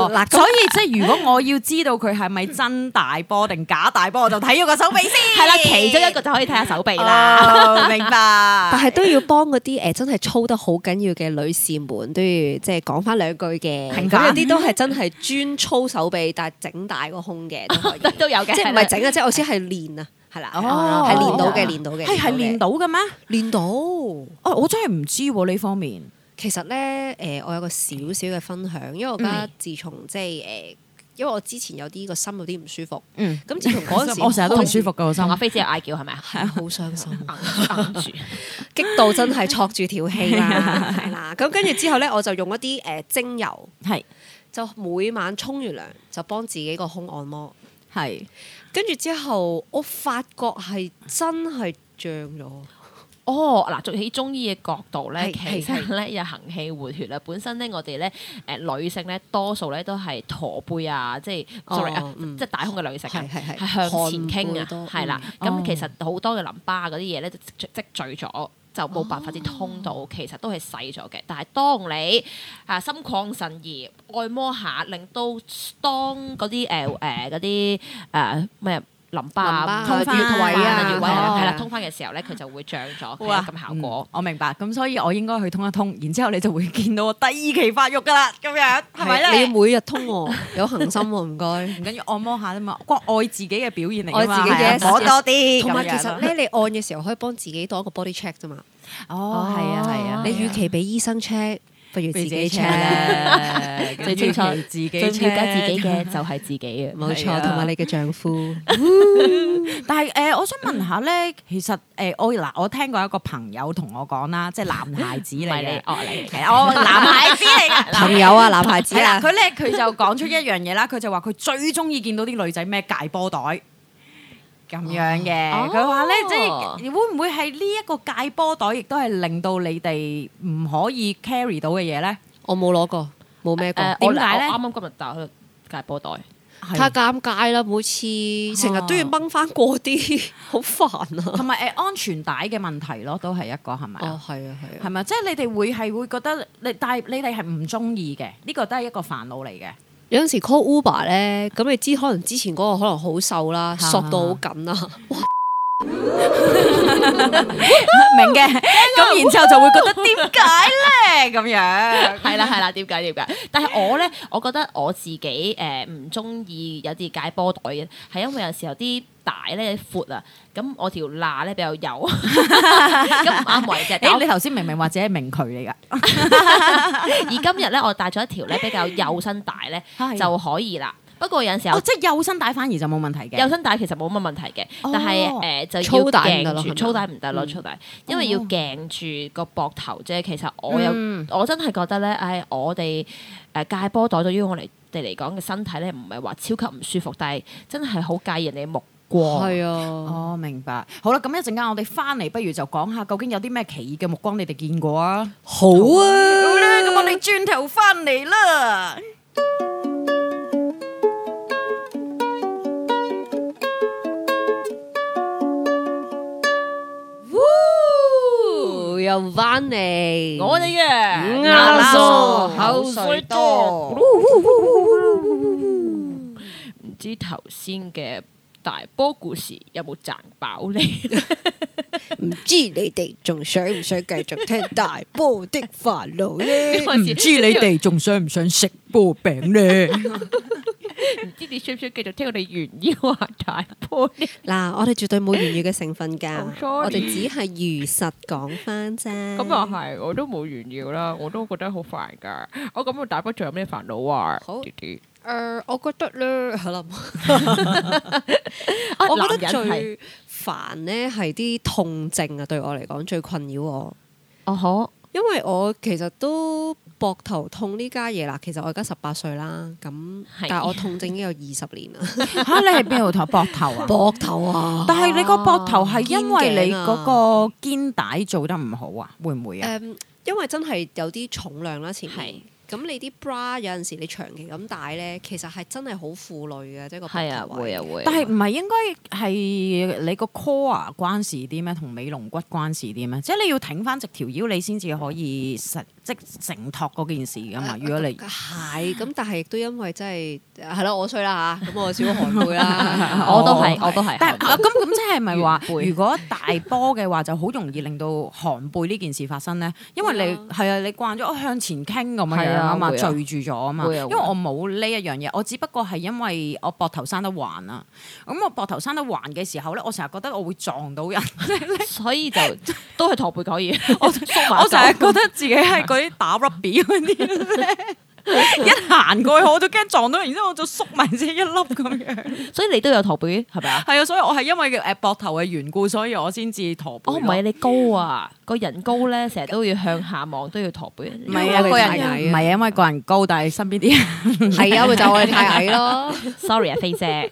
Speaker 2: 係啦，嗱，所以即係如果我要知道佢係咪真大波定假大波，我就睇咗個手臂先。
Speaker 3: 係啦，其中一個就可以睇下手臂啦。
Speaker 4: 哦
Speaker 2: 啦，明白。
Speaker 4: 但
Speaker 2: 但
Speaker 4: 係都要幫嗰啲誒真係操得好緊要嘅女士們都要即係講翻兩句嘅，
Speaker 2: 平
Speaker 4: 咁
Speaker 2: 反
Speaker 4: 有啲都係真係專操手臂，但係整大個胸嘅都 [laughs] 可以
Speaker 3: 都有嘅
Speaker 4: 即係唔係整啊，即係我先係練啊，係啦，
Speaker 2: 哦
Speaker 4: 係練到
Speaker 3: 哦
Speaker 4: 嘅，練到嘅，
Speaker 2: 係係練
Speaker 4: 到
Speaker 2: 到嘅咩？
Speaker 4: 嘅，練到。
Speaker 2: 哦，我真係唔知喎呢方面。
Speaker 4: 其實咧，誒、我有個少少嘅分享，因為我而
Speaker 2: 嗯
Speaker 4: 家自從即係誒、因為我之前有啲個心有啲唔
Speaker 2: [laughs]
Speaker 4: 舒服，
Speaker 2: 嗯，
Speaker 4: 咁自從嗰陣時
Speaker 2: 我成日都唔舒服嘅，我心
Speaker 3: 同阿。飛姐有嗌叫係咪啊？
Speaker 4: 係啊，好傷心，
Speaker 3: 揞住
Speaker 4: [laughs] 激到真係戳住條氣
Speaker 2: [laughs] 啊
Speaker 4: 啦，係啦。咁跟住之後咧，我就用一啲誒、呃精油，
Speaker 2: 係
Speaker 4: 就每晚沖完涼就幫自己個胸按摩，
Speaker 2: 係，
Speaker 4: 跟住之後我發覺係真係脹咗。
Speaker 3: 哦，嗱，做起中醫嘅角度咧，
Speaker 4: 係
Speaker 3: 其實咧有行氣活血啦。本身咧，我哋咧誒女性咧，多數咧都係駝背啊，即係
Speaker 4: 哦
Speaker 3: sorry 啊，
Speaker 4: 嗯
Speaker 3: 即係大胸嘅女性啊
Speaker 4: 係係係
Speaker 3: 係向前傾
Speaker 4: 寒背多
Speaker 3: 啊，係啦。
Speaker 2: 嗯哦
Speaker 3: 咁其實好多嘅淋巴嗰啲嘢咧積聚積聚咗。就冇辦法啲通
Speaker 4: 哦
Speaker 3: 道，其實都係細咗嘅。但係當你啊心曠神怡，按摩下，令到當嗰啲誒誒嗰啲誒咩啊淋巴
Speaker 4: 淋巴
Speaker 3: 啊
Speaker 4: 通
Speaker 2: 返
Speaker 3: 穴位
Speaker 2: 啊
Speaker 3: 穴位
Speaker 2: 哦
Speaker 3: 係啦，通翻嘅時候咧，佢就會漲咗，佢有
Speaker 4: 啊
Speaker 3: 咁效果。
Speaker 2: 嗯我明白。咁所以我應該去通一通，然之後你就會見到我第二期發育噶啦，咁樣係咪
Speaker 4: 係啊
Speaker 2: 咧？
Speaker 4: 你要每日通喎，有恒心喎，唔該。
Speaker 2: [laughs] 唔緊要，按摩下啫嘛，關愛自己嘅表現嚟㗎嘛。
Speaker 4: 愛自己嘅
Speaker 2: 係啊摸多啲。
Speaker 4: 同埋其
Speaker 2: 咁樣
Speaker 4: 實咧，你按嘅時候可以幫自己當一個 body check 啫嘛。
Speaker 2: 哦，係啊，係啊，
Speaker 4: 你與其俾醫生 check，不如自己 check。啊 [laughs]
Speaker 2: check，
Speaker 3: 最清楚
Speaker 2: 自己
Speaker 3: 最了解自己
Speaker 2: check
Speaker 3: 嘅就係自己嘅。
Speaker 4: 冇
Speaker 2: 係啊
Speaker 4: 錯，同埋你嘅丈 [laughs] 夫，
Speaker 2: 但係誒、呃我想問下
Speaker 4: 嗯
Speaker 2: 咧，其實誒、呃我嗱，我聽過一個朋友同我講啦，即係男孩子嚟啊
Speaker 3: 唔係你
Speaker 2: 嘅，
Speaker 4: 哦
Speaker 2: [laughs] 係啊我
Speaker 3: 惡嚟
Speaker 2: 男孩子嚟
Speaker 4: [laughs]
Speaker 2: 嘅，男
Speaker 4: 朋友啊，男孩子
Speaker 2: 係啦，
Speaker 4: 啊，
Speaker 2: 佢咧佢就講出一樣嘢啦，佢 [laughs] 就話佢最中意見到啲女仔咩戒波袋咁樣嘅。
Speaker 3: 哦
Speaker 2: 佢話咧，即係會唔會係呢一個戒波袋，亦都係令到你哋唔可以 carry 到嘅嘢咧？
Speaker 4: 我冇攞過，冇咩過。
Speaker 3: 誒我
Speaker 2: 點解咧
Speaker 3: 我啱啱今日打開戒波袋，
Speaker 4: 太尷尬啦！每次成日都要掹翻過啲， [laughs] 好煩啊！
Speaker 2: 同埋誒安全帶嘅問題咯，都係一個係咪啊？，
Speaker 4: 係啊，係
Speaker 2: 係咪？即係你哋會係會覺得你，但係你哋係唔中意嘅，呢個都係一個煩惱嚟嘅。
Speaker 4: 有陣時 call Uber 咧，咁你知可能之前嗰個可能好瘦啦，索到好緊啊啦，
Speaker 2: [laughs] 明嘅， [laughs] 咁然之後就會覺得點解咧咁樣？
Speaker 3: 係啦係啦，點解點解？但係我咧，我覺得我自己誒唔中意有啲戒波袋嘅，係因為有時候啲帶咧闊啊，咁我條罅咧比較幼，咁唔啱圍嘅。但
Speaker 2: [laughs] 誒，
Speaker 3: 我
Speaker 2: 你頭先明明話自己係名渠嚟㗎。
Speaker 3: 而今日咧，我帶咗一條咧比較幼身帶咧
Speaker 2: 係
Speaker 3: 就可以啦。不過有陣時候
Speaker 2: 哦，即係幼身帶反而就冇問題嘅。
Speaker 3: 幼身帶其實冇乜問題嘅，
Speaker 2: 哦
Speaker 3: 但係誒、呃就要
Speaker 4: 粗帶唔得
Speaker 3: 鏡住，
Speaker 4: 咯係咪嗯
Speaker 3: 粗帶唔得咯，粗帶，因為要鏡住個膊頭啫。其實我有、
Speaker 4: 嗯
Speaker 3: 我真係覺得咧，唉，我哋誒、呃戒波袋對於我哋哋嚟講嘅身體咧，唔係話超級唔舒服，但係真係好介意人哋嘅目光。
Speaker 4: 係啊，
Speaker 2: 哦，明白。好啦，咁一陣間我哋翻嚟，不如就講下究竟有啲咩奇異嘅目光你哋見過啊？
Speaker 4: 好
Speaker 2: 好
Speaker 4: 啊，
Speaker 2: 啦，咁我哋轉頭翻嚟啦。
Speaker 4: 又翻嚟，
Speaker 3: 我哋嘅
Speaker 4: 嗯啱啊
Speaker 3: 啦
Speaker 4: 數
Speaker 3: 口水多，唔知頭先嘅大波故事有冇賺飽你？
Speaker 4: 唔知你哋仲想唔想繼續聽大波的煩惱咧？
Speaker 3: 唔知
Speaker 2: 你哋仲想唔想食波餅咧？
Speaker 3: 唔知你需唔需要繼續聽我哋炫耀啊大波呢？
Speaker 4: 嗱，我哋絕對冇言語嘅成分㗎
Speaker 3: 好，sorry Oh,
Speaker 4: 我哋只係如實講翻啫。
Speaker 3: 咁啊係，我都冇炫耀啦，我都覺得好煩噶。我咁我大波仲有咩煩惱啊？
Speaker 4: 好
Speaker 3: 啲啲
Speaker 4: 誒、呃 [laughs] 我覺得咧，係啦，
Speaker 3: 啊
Speaker 4: 我覺
Speaker 3: 男
Speaker 4: 得
Speaker 3: 人係
Speaker 4: 最煩咧係啲痛症啊，對我嚟講最困擾我，
Speaker 3: 哦好，
Speaker 4: 因為我其實都膊頭痛呢家嘢啦。其實我而家十八歲啦，咁
Speaker 3: 係
Speaker 4: 但係我痛症已經有二十年
Speaker 2: [laughs]
Speaker 3: [laughs]
Speaker 4: 啦，
Speaker 2: 嚇，你係邊度頭膊頭啊？
Speaker 4: 膊頭啊！
Speaker 2: 但係你個膊頭係因為你
Speaker 4: 肩頸
Speaker 2: 嗰
Speaker 4: 啊
Speaker 2: 個肩帶做得唔好啊？會唔會啊？
Speaker 4: 誒、因為真係有啲重量啦，前
Speaker 3: 係
Speaker 4: 面。咁你啲 bra 有陣時你長期咁戴咧，其實係真係好負累嘅，即係個
Speaker 3: 係
Speaker 4: 膊
Speaker 3: 啊
Speaker 4: 頭
Speaker 3: 會
Speaker 4: 位。
Speaker 3: 啊會啊，
Speaker 2: 但係唔係應該係你個 core 關事啲咩？同尾龍骨關事啲咩？即係你要挺翻直條腰，你先至可以實即承托嗰件事
Speaker 4: 啊
Speaker 2: 噶
Speaker 3: 啊
Speaker 2: 嘛。如果你
Speaker 4: 係咁，但係亦都因為真係啊係咯，我衰啦嚇，咁我少
Speaker 2: [laughs]
Speaker 4: 寒背啦。
Speaker 3: 我都係啊我都係，
Speaker 2: 但係啊咁咁即係咪話，
Speaker 3: 原背
Speaker 2: 如果大波嘅話，就好容易令到寒背呢件事發生咧？因為你係啊，你慣咗向前傾咁樣樣啊嘛，
Speaker 3: 係啊會啊
Speaker 2: 聚住咗啊嘛。
Speaker 3: 會啊會啊
Speaker 2: 因為我冇呢一樣嘢，我只不過係因為我膊頭生得橫啊。咁我膊頭生得橫嘅時候咧，我成日覺得我會撞到人。
Speaker 3: [laughs] 所以就都係駝背可以， [laughs] 我縮埋
Speaker 2: 我成日覺得自己係嗰 [laughs] 啲打 rugby 嗰啲咧，一行過去我都驚撞到，然之後我就縮埋自己一粒咁樣。
Speaker 3: 所以你都有駝背係咪啊？
Speaker 2: 係啊，所以我係因為誒膊頭嘅緣故，所以我先至駝背。
Speaker 3: 哦，唔係，你高啊，個人高咧，成日都要向下望，都要駝背。
Speaker 2: 唔
Speaker 3: 唔
Speaker 2: 係啊，
Speaker 4: 因為
Speaker 2: 個
Speaker 4: 我哋太矮
Speaker 2: 人唔
Speaker 4: 啊
Speaker 2: 係因為個人高，但係身邊啲人
Speaker 4: 係啊，咪就係我哋太矮
Speaker 2: [laughs]
Speaker 4: 咯。
Speaker 3: ，sorry 啊，飛姐，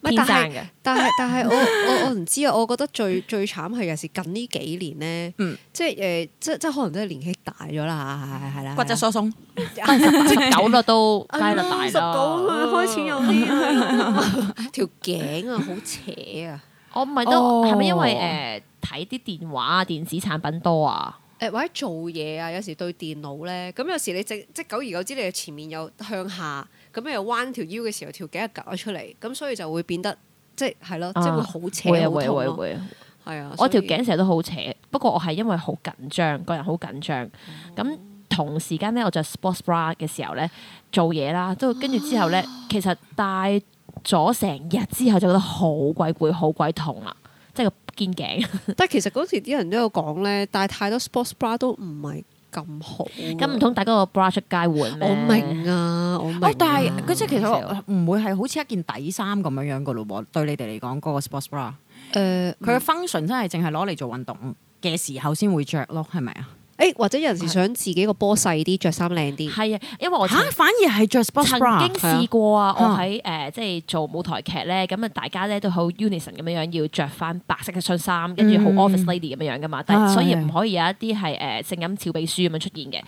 Speaker 4: 咪
Speaker 3: 天
Speaker 4: 但
Speaker 3: 生
Speaker 4: 係
Speaker 3: 嘅，
Speaker 4: 但係但係我我我唔知啊，我覺得最最慘係有時近呢幾年咧，
Speaker 2: 嗯
Speaker 4: 即係誒、即即可能真係年紀大咗啦，係係係
Speaker 2: [laughs]
Speaker 4: 啦，
Speaker 2: 嗯骨質疏鬆，
Speaker 3: 十九啦都，街啦大
Speaker 4: 十九
Speaker 3: 啦。
Speaker 4: 啊， [laughs] 開始
Speaker 2: [laughs]
Speaker 4: 有啲 [laughs] 條頸啊，好扯啊！
Speaker 3: 我唔係
Speaker 2: 哦
Speaker 3: 都係咪因為誒睇啲電話啊、電子產品多啊？
Speaker 4: 誒或者做嘢啊，有時對電腦咧，咁有時你正即久而久之，你前面又向下，咁你又彎條腰嘅時候，條頸又趌咗出嚟，咁所以就會變得即係係咯，
Speaker 3: 啊
Speaker 4: 即係會好扯
Speaker 3: 會啊
Speaker 4: 好
Speaker 3: 會啊
Speaker 4: 痛
Speaker 3: 會啊
Speaker 4: 咯，
Speaker 3: 會啊！
Speaker 4: 係啊，
Speaker 3: 我條
Speaker 4: 所以
Speaker 3: 頸成日都好扯，不過我係因為好緊張，個人好緊張。咁同時間咧，我着 sports bra 嘅時候咧，做嘢啦，都跟住之後咧，
Speaker 4: 啊
Speaker 3: 其實戴咗成日之後就覺得好鬼攰、好鬼痛啦，即係個肩頸。
Speaker 4: 但係其實嗰時啲人都有講咧，戴太多 sports bra 都唔係咁好啊？
Speaker 3: 咁唔通大家個 bra 出街換咩？
Speaker 4: 我明啊，我明啊。
Speaker 2: 哦，但係佢即係其
Speaker 3: 笑
Speaker 2: 實唔會係好似一件底衫咁樣樣噶咯喎，對你哋嚟講嗰個 sports bra，
Speaker 4: 誒
Speaker 2: 佢嘅 function 真係淨係攞嚟做運動嘅時候先會着咯，係咪啊？
Speaker 4: 誒，或者有陣時想自己個波細啲，着衫靚啲。
Speaker 3: 係啊，因為我
Speaker 2: 嚇
Speaker 3: 曾，
Speaker 2: 反而係着 sports
Speaker 3: 曾
Speaker 2: bra，
Speaker 3: 經試過啊，
Speaker 2: 哦係
Speaker 3: 我
Speaker 2: 啊
Speaker 3: 喺誒即係做舞台劇咧，咁啊大家咧都好 unison 咁樣樣要着翻白色嘅恤衫，跟住好
Speaker 2: 嗯
Speaker 3: office lady 咁樣樣噶嘛，但係
Speaker 2: 係
Speaker 3: 所以唔可以有一啲係誒性感俏秘書咁樣出現嘅，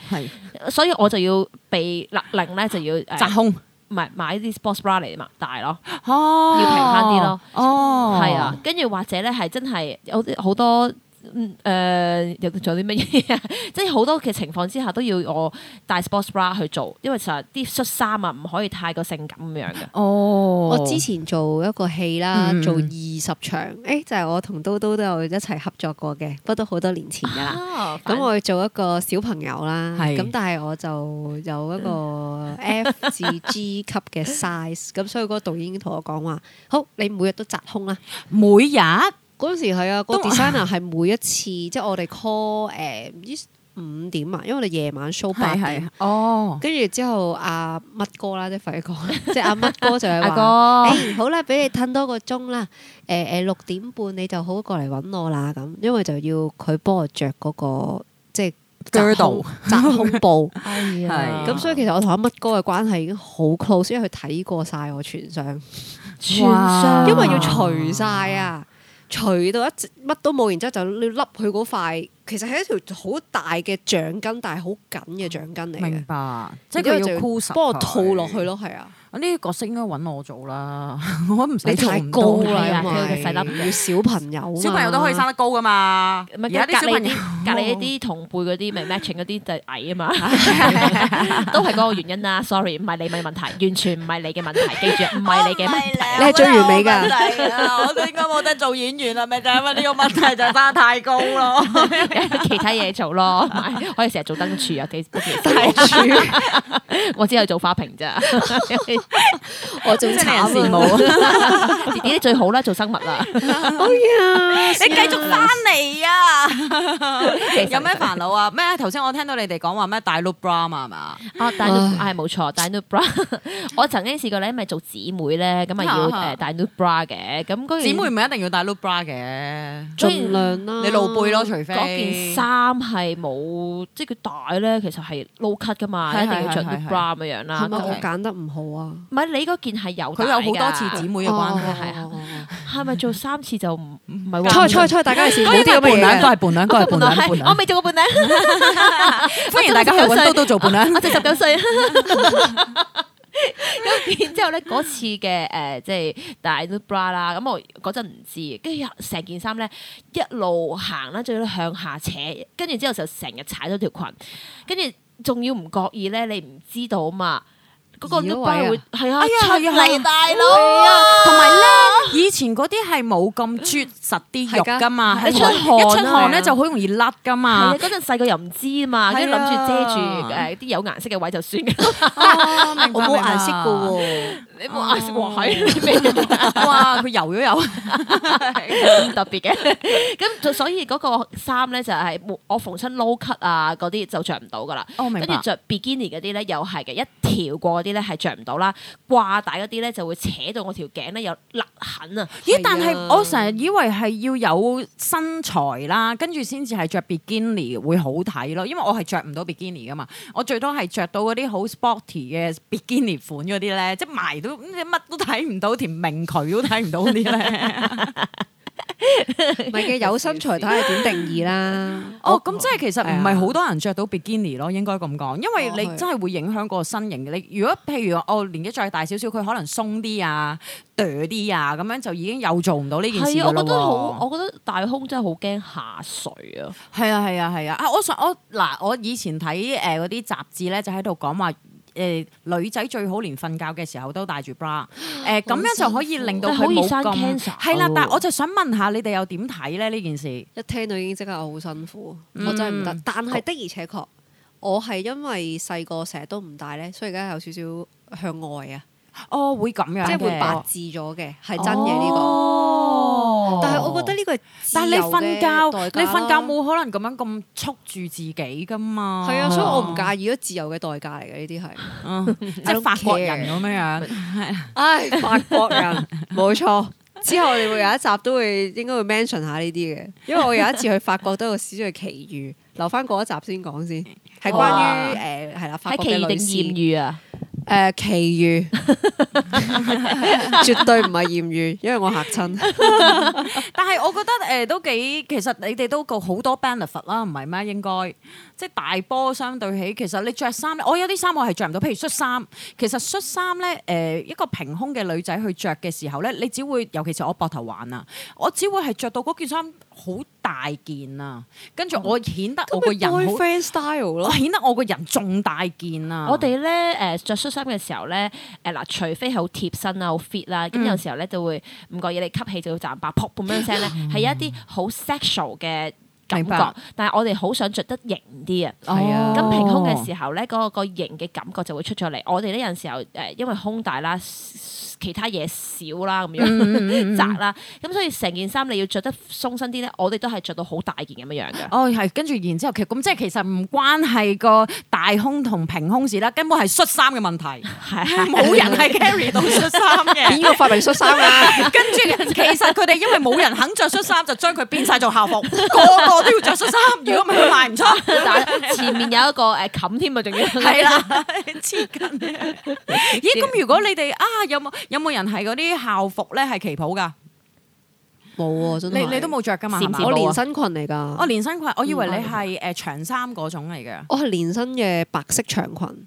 Speaker 2: 係
Speaker 3: 所以我就要被勒令咧就要
Speaker 2: 窄
Speaker 3: 誒
Speaker 2: 胸，
Speaker 3: 唔係買啲 sports bra 嚟戴咯。
Speaker 2: 哦，
Speaker 3: 要平翻啲咯，
Speaker 2: 哦，
Speaker 3: 係啊，，跟住或者咧係真係有啲好多。嗯誒，有仲有啲乜嘢 [laughs] 啊？即係好多嘅情況之下都要我帶 sports bra 去做，因為其實啲恤衫啊唔可以太過性感咁樣嘅。
Speaker 2: 哦，
Speaker 4: 我之前做一個戲啦，
Speaker 2: 嗯
Speaker 4: 做二十場，誒就係我同刀刀都有一齊合作過嘅，不過都好多年前㗎啦。
Speaker 2: 哦
Speaker 3: 啊
Speaker 4: 咁我去做一個小朋友啦，
Speaker 2: 係
Speaker 4: 咁但係我就有一個 F 至 G 級嘅 size，咁所以嗰個導演已經同我講話：好，你每日都紮胸啦。
Speaker 2: 每日
Speaker 4: 嗰陣時係啊，個
Speaker 2: 都
Speaker 4: designer 係每一次即係我哋 call 誒唔知五點啊，因為我哋夜晚 show 八點，
Speaker 2: 哦，
Speaker 4: 跟住之後阿乜哥啦，即係快啲講，即係阿乜哥
Speaker 2: [laughs]
Speaker 4: 就係
Speaker 3: 阿
Speaker 4: 話。
Speaker 2: 哦
Speaker 4: 哎
Speaker 3: 哥
Speaker 4: 誒好啦，俾你褪多個鐘啦。誒誒六點半你就好過嚟揾我啦咁，因為就要佢幫我着嗰、個即係窄胸
Speaker 2: Girdle
Speaker 4: 窄胸布。
Speaker 3: 係
Speaker 2: 啊
Speaker 4: 咁所以其實我同阿乜哥嘅關係已經好 close，因為佢睇過晒我全相，
Speaker 3: 全
Speaker 2: 哇
Speaker 3: 傷，
Speaker 4: 因為要除晒啊。除到一直乜都冇，然之後就要笠佢嗰塊，其實係一條好大嘅橡筋，但係好緊嘅橡筋嚟
Speaker 2: 嗯明
Speaker 4: 嘅，
Speaker 2: 白，即係佢
Speaker 4: 啊然之後就
Speaker 2: 要箍實，
Speaker 4: 幫我套落去。咯，係啊，
Speaker 2: 呢啲角色應該揾我做啦， [laughs] 我唔使
Speaker 4: 你
Speaker 2: 做
Speaker 4: 太
Speaker 2: 唔到
Speaker 4: 高
Speaker 3: 係
Speaker 4: 啦，
Speaker 3: 啊
Speaker 4: 因
Speaker 3: 佢嘅
Speaker 4: 為
Speaker 3: 細粒嘅
Speaker 4: 要小朋友啊嘛，
Speaker 2: 小朋友都可以生得高噶嘛，
Speaker 3: 唔
Speaker 2: 而
Speaker 3: 係
Speaker 2: 家啲
Speaker 3: 隔
Speaker 2: 小
Speaker 3: 離
Speaker 2: 朋友
Speaker 3: 啲隔離啲同輩
Speaker 2: [laughs]
Speaker 3: 嗰啲咪 matching 嗰啲就係矮啊嘛， [laughs] 都係嗰個原因啦。Sorry，唔係你咪問題，完全唔係你嘅問題，記住唔係你嘅問
Speaker 2: 哎
Speaker 3: 題。
Speaker 4: 你係最完美㗎
Speaker 2: 㗎，我都應該冇得做演員啦，咪就係因為呢個問題就係生得太高咯。
Speaker 3: [laughs] 其他嘢做
Speaker 2: [laughs]
Speaker 3: 咯，咪可以成日做燈柱啊，幾不其
Speaker 4: 係啊
Speaker 3: [laughs] 我只係做花瓶咋，
Speaker 4: 我仲
Speaker 2: 真係有
Speaker 4: 慘
Speaker 2: [laughs] 羨
Speaker 4: 啊！
Speaker 2: 慕
Speaker 3: [laughs] 弟弟最好啦，做生物
Speaker 2: [laughs]
Speaker 3: 啦，
Speaker 2: [laughs] 你繼續翻嚟
Speaker 4: [laughs]
Speaker 2: 啊！有咩
Speaker 3: 煩？
Speaker 2: 煩惱啊？咩？頭先我聽到你哋講話咩大 loop bra 嘛，係嘛？
Speaker 3: 哦，戴 nude 係冇錯，戴 nude bra。我 [laughs] 曾經試過咧，咪做姊妹咧，咁啊要誒戴 nude bra 嘅，咁
Speaker 4: 嗯
Speaker 3: 嗰
Speaker 2: 姊
Speaker 3: 件
Speaker 2: 妹唔係一定要大 loop bra 嘅，
Speaker 4: 盡量啦，
Speaker 2: 你露
Speaker 4: 嗯
Speaker 2: 背咯，除非
Speaker 3: 嗰件衫係冇，即係佢帶咧，其實係 low cut 噶嘛，
Speaker 2: 係
Speaker 3: 一定要着
Speaker 2: 係係係
Speaker 3: nude bra 咁樣樣啦
Speaker 4: 係。咪我
Speaker 2: OK
Speaker 4: 揀得唔好啊？
Speaker 3: 唔係你嗰件係有帶
Speaker 2: 佢
Speaker 3: 㗎，
Speaker 2: 有好哦多次姊妹嘅關係。啊
Speaker 3: 係
Speaker 4: 哦
Speaker 3: 啊係咪做三次就唔唔哦係
Speaker 4: 猜
Speaker 3: 話？
Speaker 4: 猜猜，大家嘅事冇
Speaker 2: 嗰
Speaker 4: 啲咁
Speaker 2: 啲啊
Speaker 4: 嘅
Speaker 2: 伴娘都
Speaker 4: 嘢
Speaker 2: 係伴娘，都係伴娘，伴
Speaker 3: 我
Speaker 2: 娘。
Speaker 3: 哦未做過伴娘，
Speaker 2: 歡迎大家去揾刀刀做伴娘 [laughs]
Speaker 3: 我。就十九歲。 [laughs] 咁然之後咧，嗰次嘅誒即係大 n bra 啦，咁我嗰陣唔知，跟住成件衫咧一路行啦，仲要向下扯，跟住之後就成日踩咗條裙，跟住仲要唔覺意咧，你唔知道嘛，嗰、個 n
Speaker 4: 移咗
Speaker 3: bra
Speaker 4: 位
Speaker 3: 會
Speaker 4: 啊
Speaker 3: 係啊
Speaker 2: 哎呀
Speaker 3: 出
Speaker 2: 係啊
Speaker 3: 嚟大
Speaker 2: 係
Speaker 3: 佬，
Speaker 2: 啊，同埋咧，以前嗰啲係冇咁啜實啲肉噶嘛，
Speaker 3: 係
Speaker 2: 係
Speaker 3: 㗎
Speaker 2: 同埋
Speaker 3: 你出汗啊
Speaker 2: 一出汗咧就好容易甩噶
Speaker 3: 係
Speaker 2: 嘛
Speaker 3: 啊，。嗰陣細個又唔知啊嘛，跟住諗住遮住
Speaker 2: 係啊
Speaker 3: 誒啲有顏色嘅位就算㗎
Speaker 2: [laughs]
Speaker 3: 啦，
Speaker 2: 我
Speaker 4: 我冇顏色嘅
Speaker 3: 你
Speaker 2: 哦
Speaker 3: 冇顏色哇係咩
Speaker 2: 喎， [laughs] 哇！佢油咗油， [laughs]
Speaker 3: 咁特別嘅， [laughs] 咁就所以嗰個衫咧就係冇我逢親 low cut 啊嗰啲就着唔到噶啦，
Speaker 2: 我哦明
Speaker 3: 跟
Speaker 2: 白
Speaker 3: 住着 bikini 嗰啲咧又係嘅，一條過嗰啲咧係着唔到啦，掛帶嗰啲咧就會扯到我條頸咧有勒痕啊，
Speaker 2: 咦？但係
Speaker 4: 係啊
Speaker 2: 我成日以為係要有身材啦，跟住先至係着 bikini 會好睇咯。因為我係着唔到 bikini 噶嘛，我最多係着到嗰啲好 sporty 嘅 bikini 款嗰啲咧，即係埋都嗯乜都睇唔到，條明渠都睇唔到嗰啲咧。
Speaker 4: 喎，唔係嘅有身材睇下點定義啦。
Speaker 2: [laughs] [laughs] 哦，咁即係其實唔
Speaker 4: 係
Speaker 2: 係
Speaker 4: 啊
Speaker 2: 好多人着到 bikini 咯，應該咁講，因為
Speaker 4: 哦
Speaker 2: 你
Speaker 4: 係
Speaker 2: 真係會影響個身形嘅。你如果譬如我年紀再大少少，佢可能鬆啲啊、哚啲啊，咁樣就已經又做唔到呢件事
Speaker 3: 係
Speaker 2: 㗎
Speaker 3: 啊，我覺得
Speaker 2: 咯
Speaker 3: 好，我覺得大胸真係好驚下垂啊，
Speaker 2: 喎。係啊係啊係啊！啊，我想我嗱，我以前睇呃誒嗰啲雜誌咧，就喺度講話。誒、女仔最好連瞓覺嘅時候都戴住 bra，誒、咁樣就可以令到
Speaker 3: 但係
Speaker 2: 佢
Speaker 3: 好易
Speaker 2: 冇
Speaker 3: 生
Speaker 2: 咁
Speaker 3: cancer 哦
Speaker 2: 係啦
Speaker 3: 喎。
Speaker 2: 但係我就想問下你哋又點睇咧呢件事？
Speaker 4: 一聽到已經即刻我好辛苦，
Speaker 2: 嗯
Speaker 4: 我真係唔得。但係的而且確，我係因為細個成日都唔戴咧，所以而家有少少向外啊，
Speaker 2: 哦，會咁樣
Speaker 4: 即係會
Speaker 2: 嘅
Speaker 4: 白字咗嘅，係真嘅呢個。
Speaker 2: 哦
Speaker 3: 哦
Speaker 4: 但係我覺得呢個係自
Speaker 2: 但係你
Speaker 4: 由
Speaker 2: 瞓
Speaker 4: 嘅代
Speaker 2: 覺，
Speaker 4: 價
Speaker 2: 你瞓覺
Speaker 4: 啦
Speaker 2: 冇可能咁樣咁束住自己噶嘛？
Speaker 4: 係啊，所以我唔介意咗自由嘅代價嚟嘅呢啲
Speaker 2: [laughs]
Speaker 4: 係。 [laughs]
Speaker 2: 嗯，即係法國人咁樣樣，
Speaker 4: 唉，法國人 [laughs] 冇錯。之後我哋會有一集都會應該會 mention 下呢啲嘅，因為我有一次去法國都有少少嘅奇遇，留翻嗰一集先講先。係
Speaker 2: 啊
Speaker 4: 關於誒係啦，法
Speaker 3: 喺
Speaker 4: 國
Speaker 3: 奇
Speaker 4: 嘅
Speaker 3: 異
Speaker 4: 女
Speaker 3: 定
Speaker 4: 士
Speaker 3: 豔遇啊？
Speaker 4: 誒奇
Speaker 3: [laughs]
Speaker 4: 遇，絕對唔係豔遇，因為我嚇親。
Speaker 2: 但係我覺得誒、呃都幾，其實你哋都個好多 benefit 啦，唔係咩？應該即係大波相對起，其實你着衫咧，我有啲衫我係着唔到，譬如恤衫。其實恤衫咧誒一個平胸嘅女仔去着嘅時候咧，你只會尤其是我膊頭環啊，我只會係着到嗰件衫好大件啊，跟住我顯得我個人好，
Speaker 4: boyfriend style
Speaker 2: 我
Speaker 4: 咯，
Speaker 2: 顯得我個人仲大件啊。
Speaker 3: 我哋咧誒着恤衫嘅時候咧誒嗱，除非係好貼身啦、啊好 fit 啦，
Speaker 2: 嗯
Speaker 3: 咁有時候咧就會唔覺意你吸氣就會賺白噗咁樣聲
Speaker 2: [laughs]
Speaker 3: 咧，係有一啲好 sexual 嘅感
Speaker 2: 明白
Speaker 3: 覺，但係我哋好想着得型啲啊。
Speaker 2: 係啊
Speaker 3: 咁平胸嘅時候咧，嗰、個個型嘅感覺就會出咗嚟。我哋呢有陣時候誒、因為胸大啦，其他嘢少啦，咁樣 [laughs] 窄啦，咁所以成件衫你要着得鬆身啲咧，我哋都係着到好大件咁樣樣嘅。
Speaker 2: 哦，係，跟住然之後，其咁即係其實唔關係個大胸同平胸事啦，根本係恤衫嘅問題，
Speaker 3: 哦
Speaker 2: 冇人係 carry 到恤衫
Speaker 4: 邊
Speaker 2: 嘅。
Speaker 4: 個發明恤衫啊？
Speaker 2: 跟住其實佢哋因為冇人肯着恤衫，就將佢變晒做校服，個個都要着恤衫，如果唔係佢賣唔出。
Speaker 3: [laughs] 但係前面有一個誒冚添啊，仲要
Speaker 2: 係啦，
Speaker 3: [laughs]
Speaker 2: 黐筋。咦？咁如果你哋啊，有冇有冇人係嗰啲校服咧係旗袍㗎？
Speaker 4: 冇喎，真
Speaker 2: 你
Speaker 4: 係
Speaker 2: 你都，冇着㗎嘛？
Speaker 3: 閃
Speaker 2: 係嘛
Speaker 3: 閃
Speaker 4: 我
Speaker 3: 冇啊
Speaker 4: 連身裙嚟㗎。
Speaker 2: 我連身裙，我以為你係誒長衫嗰種嚟嘅。
Speaker 4: 我係連身嘅白色長裙，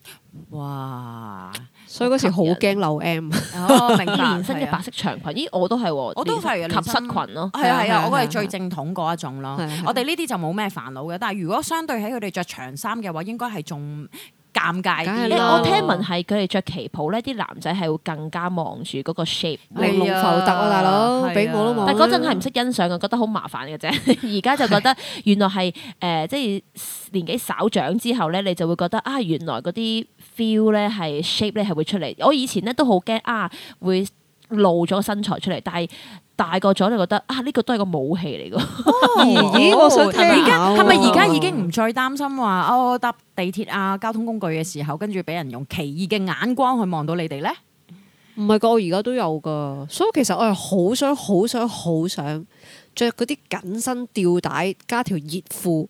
Speaker 2: 哇！
Speaker 4: 所以嗰時好驚漏 M。
Speaker 2: 哦，明白。
Speaker 3: [laughs] 連身嘅白
Speaker 2: 係啊
Speaker 3: 色長裙，咦我都係喎，
Speaker 2: 我都係啊
Speaker 3: 及膝裙咯。
Speaker 2: 係啊係
Speaker 4: 係啊
Speaker 2: 啊，我
Speaker 4: 係
Speaker 2: 係
Speaker 4: 啊
Speaker 2: 最正統嗰一種咯
Speaker 4: 係啊係啊。
Speaker 2: 我哋呢啲就冇咩煩惱嘅，但係如果相對起佢哋着長衫嘅話，應該係仲尷尬
Speaker 4: 梗係
Speaker 2: 啲
Speaker 3: 誒
Speaker 2: 咯。
Speaker 4: 啦
Speaker 3: 我聽聞係佢哋着旗袍咧，啲男仔係會更加望住嗰個 shape。
Speaker 4: 玲瓏浮凸啊，大佬
Speaker 2: 係，啊
Speaker 4: 俾我都冇。
Speaker 3: 但嗰陣係唔識欣賞嘅，覺得好麻煩嘅啫。 [laughs] 而家就覺 [laughs] 得原來係誒、呃即係年紀稍長之後咧，你就會覺得啊，原來嗰啲 feel 咧係 shape 咧係會出嚟。我以前咧都好驚啊，會露咗身材出嚟，但係大個咗就覺得啊，呢、個都係個武器嚟㗎。
Speaker 4: 咦我想聽下
Speaker 2: 而家係咪而家
Speaker 4: 喎
Speaker 2: 已經唔再擔心話哦搭地鐵啊交通工具嘅時候，跟住俾人用奇異嘅眼光去望到你哋咧？
Speaker 4: 唔係個，我而家都有噶，所以其實我係好想、好想、好想着嗰啲緊身吊帶加條熱褲，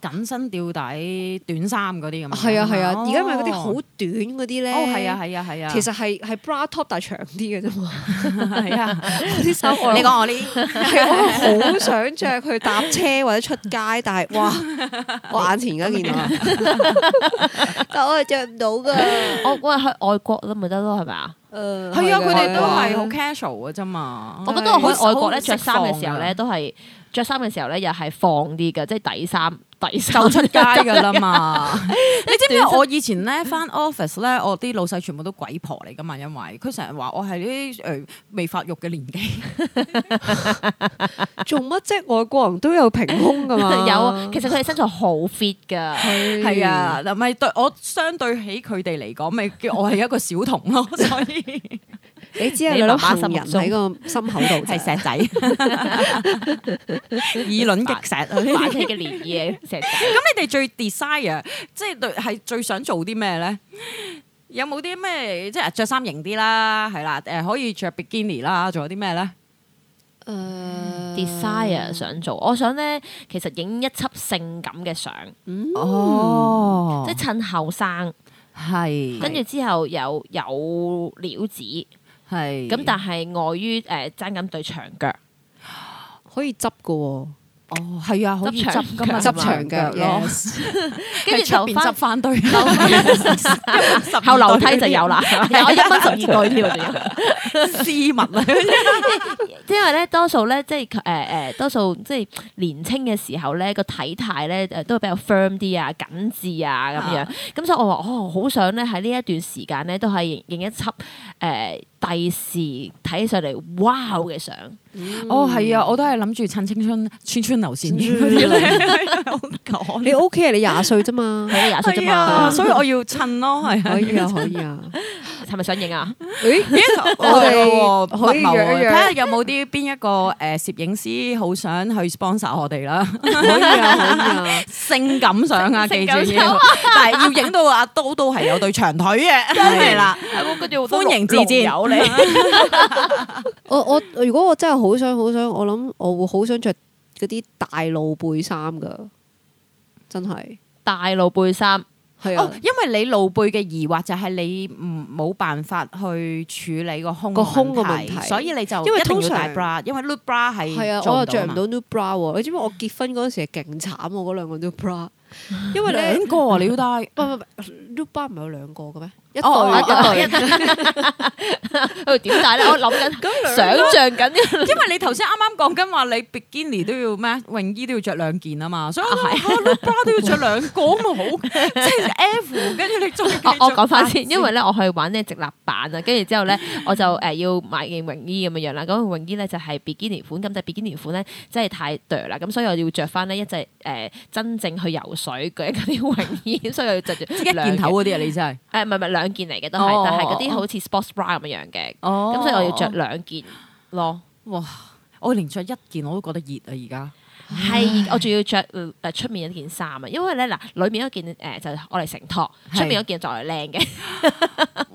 Speaker 2: 緊身吊帶短衫嗰啲咁樣。
Speaker 4: 係啊係啊，
Speaker 2: 哦
Speaker 4: 而家咪嗰啲好短嗰啲咧，
Speaker 2: 哦係啊係啊係啊，
Speaker 4: 其實係係 bra top 但係長啲嘅啫嘛，
Speaker 2: 係啊，
Speaker 4: 啲衫
Speaker 2: [laughs]
Speaker 4: 我
Speaker 2: 你講我呢？
Speaker 4: 係我好想着去搭車或者出街，但係哇，我眼前而家見到，但我係着唔到噶，
Speaker 3: [laughs] 我我係去外國啦，咪得咯，係咪啊？
Speaker 4: 誒
Speaker 2: 係啊，佢哋都
Speaker 4: 係
Speaker 2: 係好 casual 嘅啫嘛。
Speaker 3: 我覺得我去外國咧
Speaker 2: 好
Speaker 3: 着衫嘅
Speaker 2: 好
Speaker 3: 時候
Speaker 2: 釋放
Speaker 3: 咧，
Speaker 2: 㗎
Speaker 3: 都係着衫嘅時候咧，又係放啲嘅，即係底衫、底衫
Speaker 2: 就出
Speaker 3: [laughs]
Speaker 2: 街噶啦嘛！你知唔知我以前咧翻 office 咧，我啲老細全部都鬼婆嚟噶嘛，因為佢成日話哦我係啲誒未發育嘅年紀，
Speaker 4: 做乜啫？外國人都有平胸噶嘛，
Speaker 3: [laughs] 有啊，其實佢哋身材好 fit 㗎。
Speaker 2: 係啊，嗱咪對我相對起佢哋嚟講，咪叫 [laughs] 我係一個小童 [laughs] 咯，所以
Speaker 4: 你啊只係
Speaker 3: 你
Speaker 4: 兩粒
Speaker 3: 媽媽
Speaker 4: 行
Speaker 3: 心目
Speaker 4: 人喺個心口度啫，
Speaker 2: 石仔，以卵擊
Speaker 3: [laughs]
Speaker 2: 石啊！
Speaker 3: 擺
Speaker 2: 咁
Speaker 3: 起嘅連
Speaker 2: 啊
Speaker 3: 嘢成日
Speaker 2: 你哋最 desire 即係對係最想做啲咩咧？有冇啲咩即係着衫型啲啦，係啦，誒可以着 bikini 啦，仲有啲咩咧？
Speaker 3: desire 想做，我想咧其實影一輯性感嘅相，
Speaker 4: 嗯
Speaker 2: 哦
Speaker 3: 即係趁後生，
Speaker 2: 係
Speaker 3: 跟住之後有有料子，
Speaker 2: 係
Speaker 3: 咁但係礙於誒爭緊對長腳，
Speaker 4: 可以執噶喎，
Speaker 2: 哦係啊，可以
Speaker 3: 執
Speaker 2: 執噶嘛，
Speaker 3: 長
Speaker 4: 執長腳
Speaker 2: 咯，
Speaker 3: 跟
Speaker 2: 喺
Speaker 3: 住
Speaker 2: 出
Speaker 3: 就
Speaker 2: 邊
Speaker 3: 翻
Speaker 2: 執翻對，
Speaker 3: 後
Speaker 2: [laughs] 後
Speaker 3: 樓梯就有啦， [laughs] 有一蚊十二對添啊，仲要
Speaker 2: 絲襪 [laughs] 啊，
Speaker 3: 因為咧多數咧即係誒誒多數即係年青嘅時候咧個體態咧誒都會比較 firm 啲啊緊緻啊咁樣，咁所以我話哦好想咧喺呢一段時間咧都係影影一輯誒第時睇起上嚟 wow 嘅相，
Speaker 2: 哦係啊，我都係諗住趁青春穿穿流線嗰啲咧，好講
Speaker 4: 你 OK 啊？你廿歲啫嘛，
Speaker 3: 係廿歲啫
Speaker 2: 係啊，
Speaker 3: 嘛，
Speaker 2: 所以我要趁咯，係啊
Speaker 4: 可以啊，可以啊，
Speaker 3: 係咪想影啊？
Speaker 4: 咦，
Speaker 2: 我哋
Speaker 4: 我哋可以約一
Speaker 2: 啊睇
Speaker 4: 約，
Speaker 2: 下有冇啲邊一個誒攝影師好想去 sponsor 我哋啦，
Speaker 4: 可以啊，可以啊。
Speaker 2: 性感相啊，記
Speaker 3: 性
Speaker 2: 住
Speaker 3: 感相
Speaker 2: 要， [laughs] 但係要影到阿刀刀係有對長腿嘅， [laughs] 係啦，
Speaker 3: 我跟住
Speaker 2: 歡迎自薦
Speaker 3: 有
Speaker 2: [laughs]
Speaker 3: 你，
Speaker 4: 我我如果我真係好想好想，我諗我會好想着嗰啲大露背衫噶，真係
Speaker 3: 大露背衫，
Speaker 4: 係
Speaker 2: 哦
Speaker 4: 啊，
Speaker 2: 因為你露背嘅疑惑就係你唔冇辦法去處理個胸
Speaker 4: 個胸
Speaker 2: 嘅
Speaker 4: 嘅
Speaker 2: 問題，
Speaker 4: 問題
Speaker 2: 所以你就
Speaker 4: 因為
Speaker 2: 一定要
Speaker 4: 通常
Speaker 2: 戴 bra，因為 loop bra 係
Speaker 4: 係啊，
Speaker 2: 做
Speaker 4: 我又
Speaker 2: 到
Speaker 4: 着唔
Speaker 2: 嘛
Speaker 4: 到 new bra 喎。你知唔知我結婚嗰陣時係勁慘？我嗰兩個 new bra，因為咧
Speaker 2: 兩個啊你要戴。
Speaker 4: 唔唔唔，new bra 唔係有兩個嘅咩？一
Speaker 2: 哦哦
Speaker 4: 對
Speaker 2: 哦
Speaker 4: 一對。
Speaker 3: 喺度哎點解咧？我諗緊，想像緊，
Speaker 2: [laughs] 因為你頭先啱啱講緊話你 bikini 都要咩泳衣都要着兩件啊嘛，所以我諗嚇 look bra 都要着兩個咁 [laughs] 咪好，即係 F，跟住你仲要繼
Speaker 3: 我
Speaker 2: 續
Speaker 3: 哦我講翻
Speaker 2: 戴
Speaker 3: 先，因為咧我去玩呢直立板啊，跟住之後咧我就誒要買件泳衣咁樣樣啦。咁泳衣咧就係 bikini 款，咁但係 bikini 款咧真係太墮啦，咁所以我要着翻呢一隻誒真正去游水嘅嗰啲泳
Speaker 2: [laughs]
Speaker 3: 衣，所以我要着住
Speaker 2: 即係一件頭嗰啲啊，你真係
Speaker 3: 誒唔係唔係兩件嚟嘅都
Speaker 2: 哦
Speaker 3: 係，但係嗰啲好似 sports bra 咁樣樣嘅，
Speaker 2: [laughs] 哦
Speaker 3: 咁所以我要着兩件咯。
Speaker 2: 哇！我連着一件我都覺得熱啊，而家 [laughs]
Speaker 3: 係，我仲要着誒出面一件衫啊，因為咧嗱，裏面嗰件呃誒就我嚟承托，
Speaker 2: 係
Speaker 3: 出面嗰件就嚟靚嘅，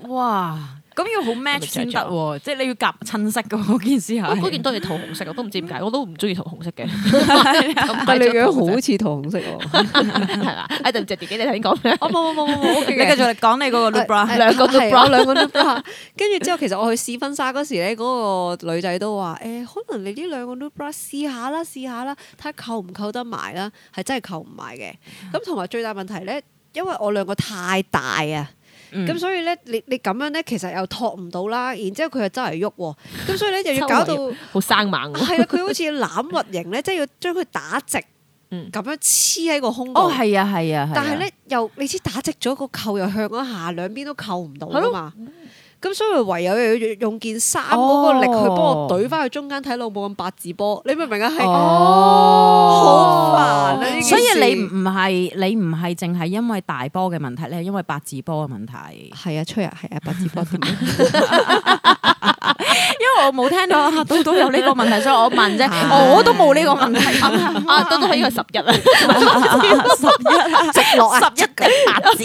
Speaker 2: 哇！咁要好 match 先得喎，即係你要夾襯色嘅嗰件事
Speaker 3: [laughs]
Speaker 2: 係。 [laughs]
Speaker 3: 嗰件都係桃紅色，我都唔知點解，我都唔中意桃紅 [laughs] 色嘅。
Speaker 4: 但
Speaker 3: 但
Speaker 4: 你樣好似桃紅色喎，
Speaker 3: 係嘛？誒對唔住自己，你頭先 [laughs] 講咩？
Speaker 4: 我哦冇冇冇
Speaker 2: [laughs]
Speaker 4: 冇冇，
Speaker 2: 你繼續講你嗰個 loop bra，
Speaker 3: 兩個都 bra
Speaker 4: 係我兩個都 bra。跟住之後，其實我去試婚紗嗰時咧，嗰、個女仔都話：誒、可能你呢兩個都 bra 試下啦，試下啦，睇下扣唔扣得埋啦。係真係扣唔埋嘅。
Speaker 2: 嗯
Speaker 4: 咁同埋最大問題咧，因為我兩個太大啊。
Speaker 2: 嗯
Speaker 4: 咁、所以咧，你你咁樣咧，其實又托唔到啦，然之後佢又周圍喐喎，咁所以咧就要搞到
Speaker 3: 周圍好生猛 [laughs] 喎，
Speaker 4: 哦係啦，啊佢好似攬物型咧，即係要將佢打直，咁、
Speaker 3: 嗯
Speaker 4: 樣黐喺個胸度。
Speaker 2: 哦係啊係啊，
Speaker 4: 但係咧又你知打直咗個扣又向咗下，兩邊都扣唔到
Speaker 3: 係
Speaker 4: 啊
Speaker 3: 咯
Speaker 4: 嘛。咁所以佢唯有又要用件衫嗰個力去幫我
Speaker 2: 哦
Speaker 4: 懟翻去中間睇老母咁八字波，你明唔明啊？係
Speaker 2: 哦
Speaker 4: 好煩啊呢件事
Speaker 2: 所以你唔係你唔係淨係因為大波嘅問題，你係因為八字波嘅問題。
Speaker 4: 係啊，吹啊，係啊，八字波
Speaker 2: [laughs]
Speaker 4: 點啊？
Speaker 2: 因為我冇 [laughs] 聽到啊，到到有呢個問題，所以我問 [laughs] 啫。
Speaker 4: 啊
Speaker 2: 我都冇呢個問 [laughs]
Speaker 3: [laughs]
Speaker 2: 題
Speaker 3: 啊都都係應該十日啦，
Speaker 4: 直落啊！
Speaker 2: 十一定八字，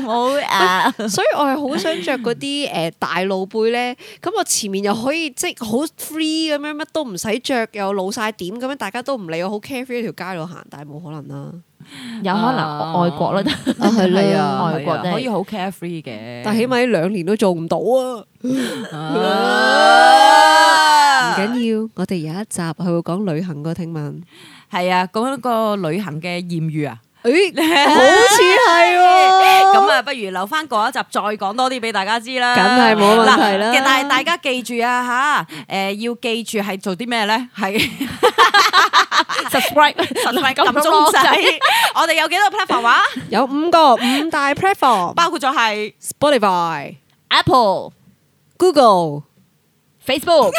Speaker 2: 冇啊。
Speaker 4: 所以我係好想着嗰啲誒大露背咧，咁我前面又可以即係好 free 咁樣，乜都唔使着，又露晒點咁樣，大家都唔理我，好 carefree 喺條街度行，但係冇可能啦。
Speaker 3: [laughs] 有可能外國 [laughs] 啦，
Speaker 4: 啊，係啊
Speaker 3: 外國真係
Speaker 2: 可以好 carefree 嘅，
Speaker 4: 但起碼呢兩年都做唔到啊！唔
Speaker 2: 啊
Speaker 4: 緊要，我哋有一集係會講旅行個，聽聞。
Speaker 2: 係啊，講一個旅行嘅豔遇啊。
Speaker 4: 誒， [laughs] 好似係喎。
Speaker 2: 咁啊，不如留翻嗰一集再講多啲俾大家知啦。
Speaker 4: 梗係冇問題啦
Speaker 2: 嗱但係大家記住啊吓，诶，要記住係做啲咩咧？係撳
Speaker 3: subscribe subscribe
Speaker 2: 鐘仔。我哋有幾多個 platform
Speaker 4: [laughs]
Speaker 2: 啊？
Speaker 4: 有五個五大 platform，Spotify、
Speaker 2: 包括咗係
Speaker 4: Spotify
Speaker 3: Apple
Speaker 4: Google、
Speaker 3: Facebook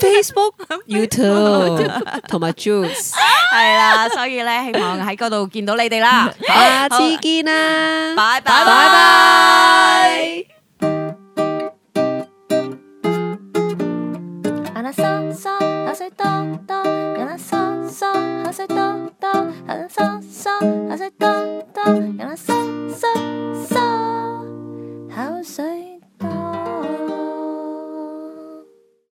Speaker 4: Facebook、YouTube 同埋 Juice。
Speaker 2: 係啦，所以咧，希望喺嗰度見到你哋啦。
Speaker 4: 下次見啦，
Speaker 2: 拜拜
Speaker 4: 拜拜。
Speaker 1: 阿啦嗦嗦，口水多多，阿啦嗦嗦，口水多多，阿啦嗦嗦，口水多多，阿啦嗦嗦，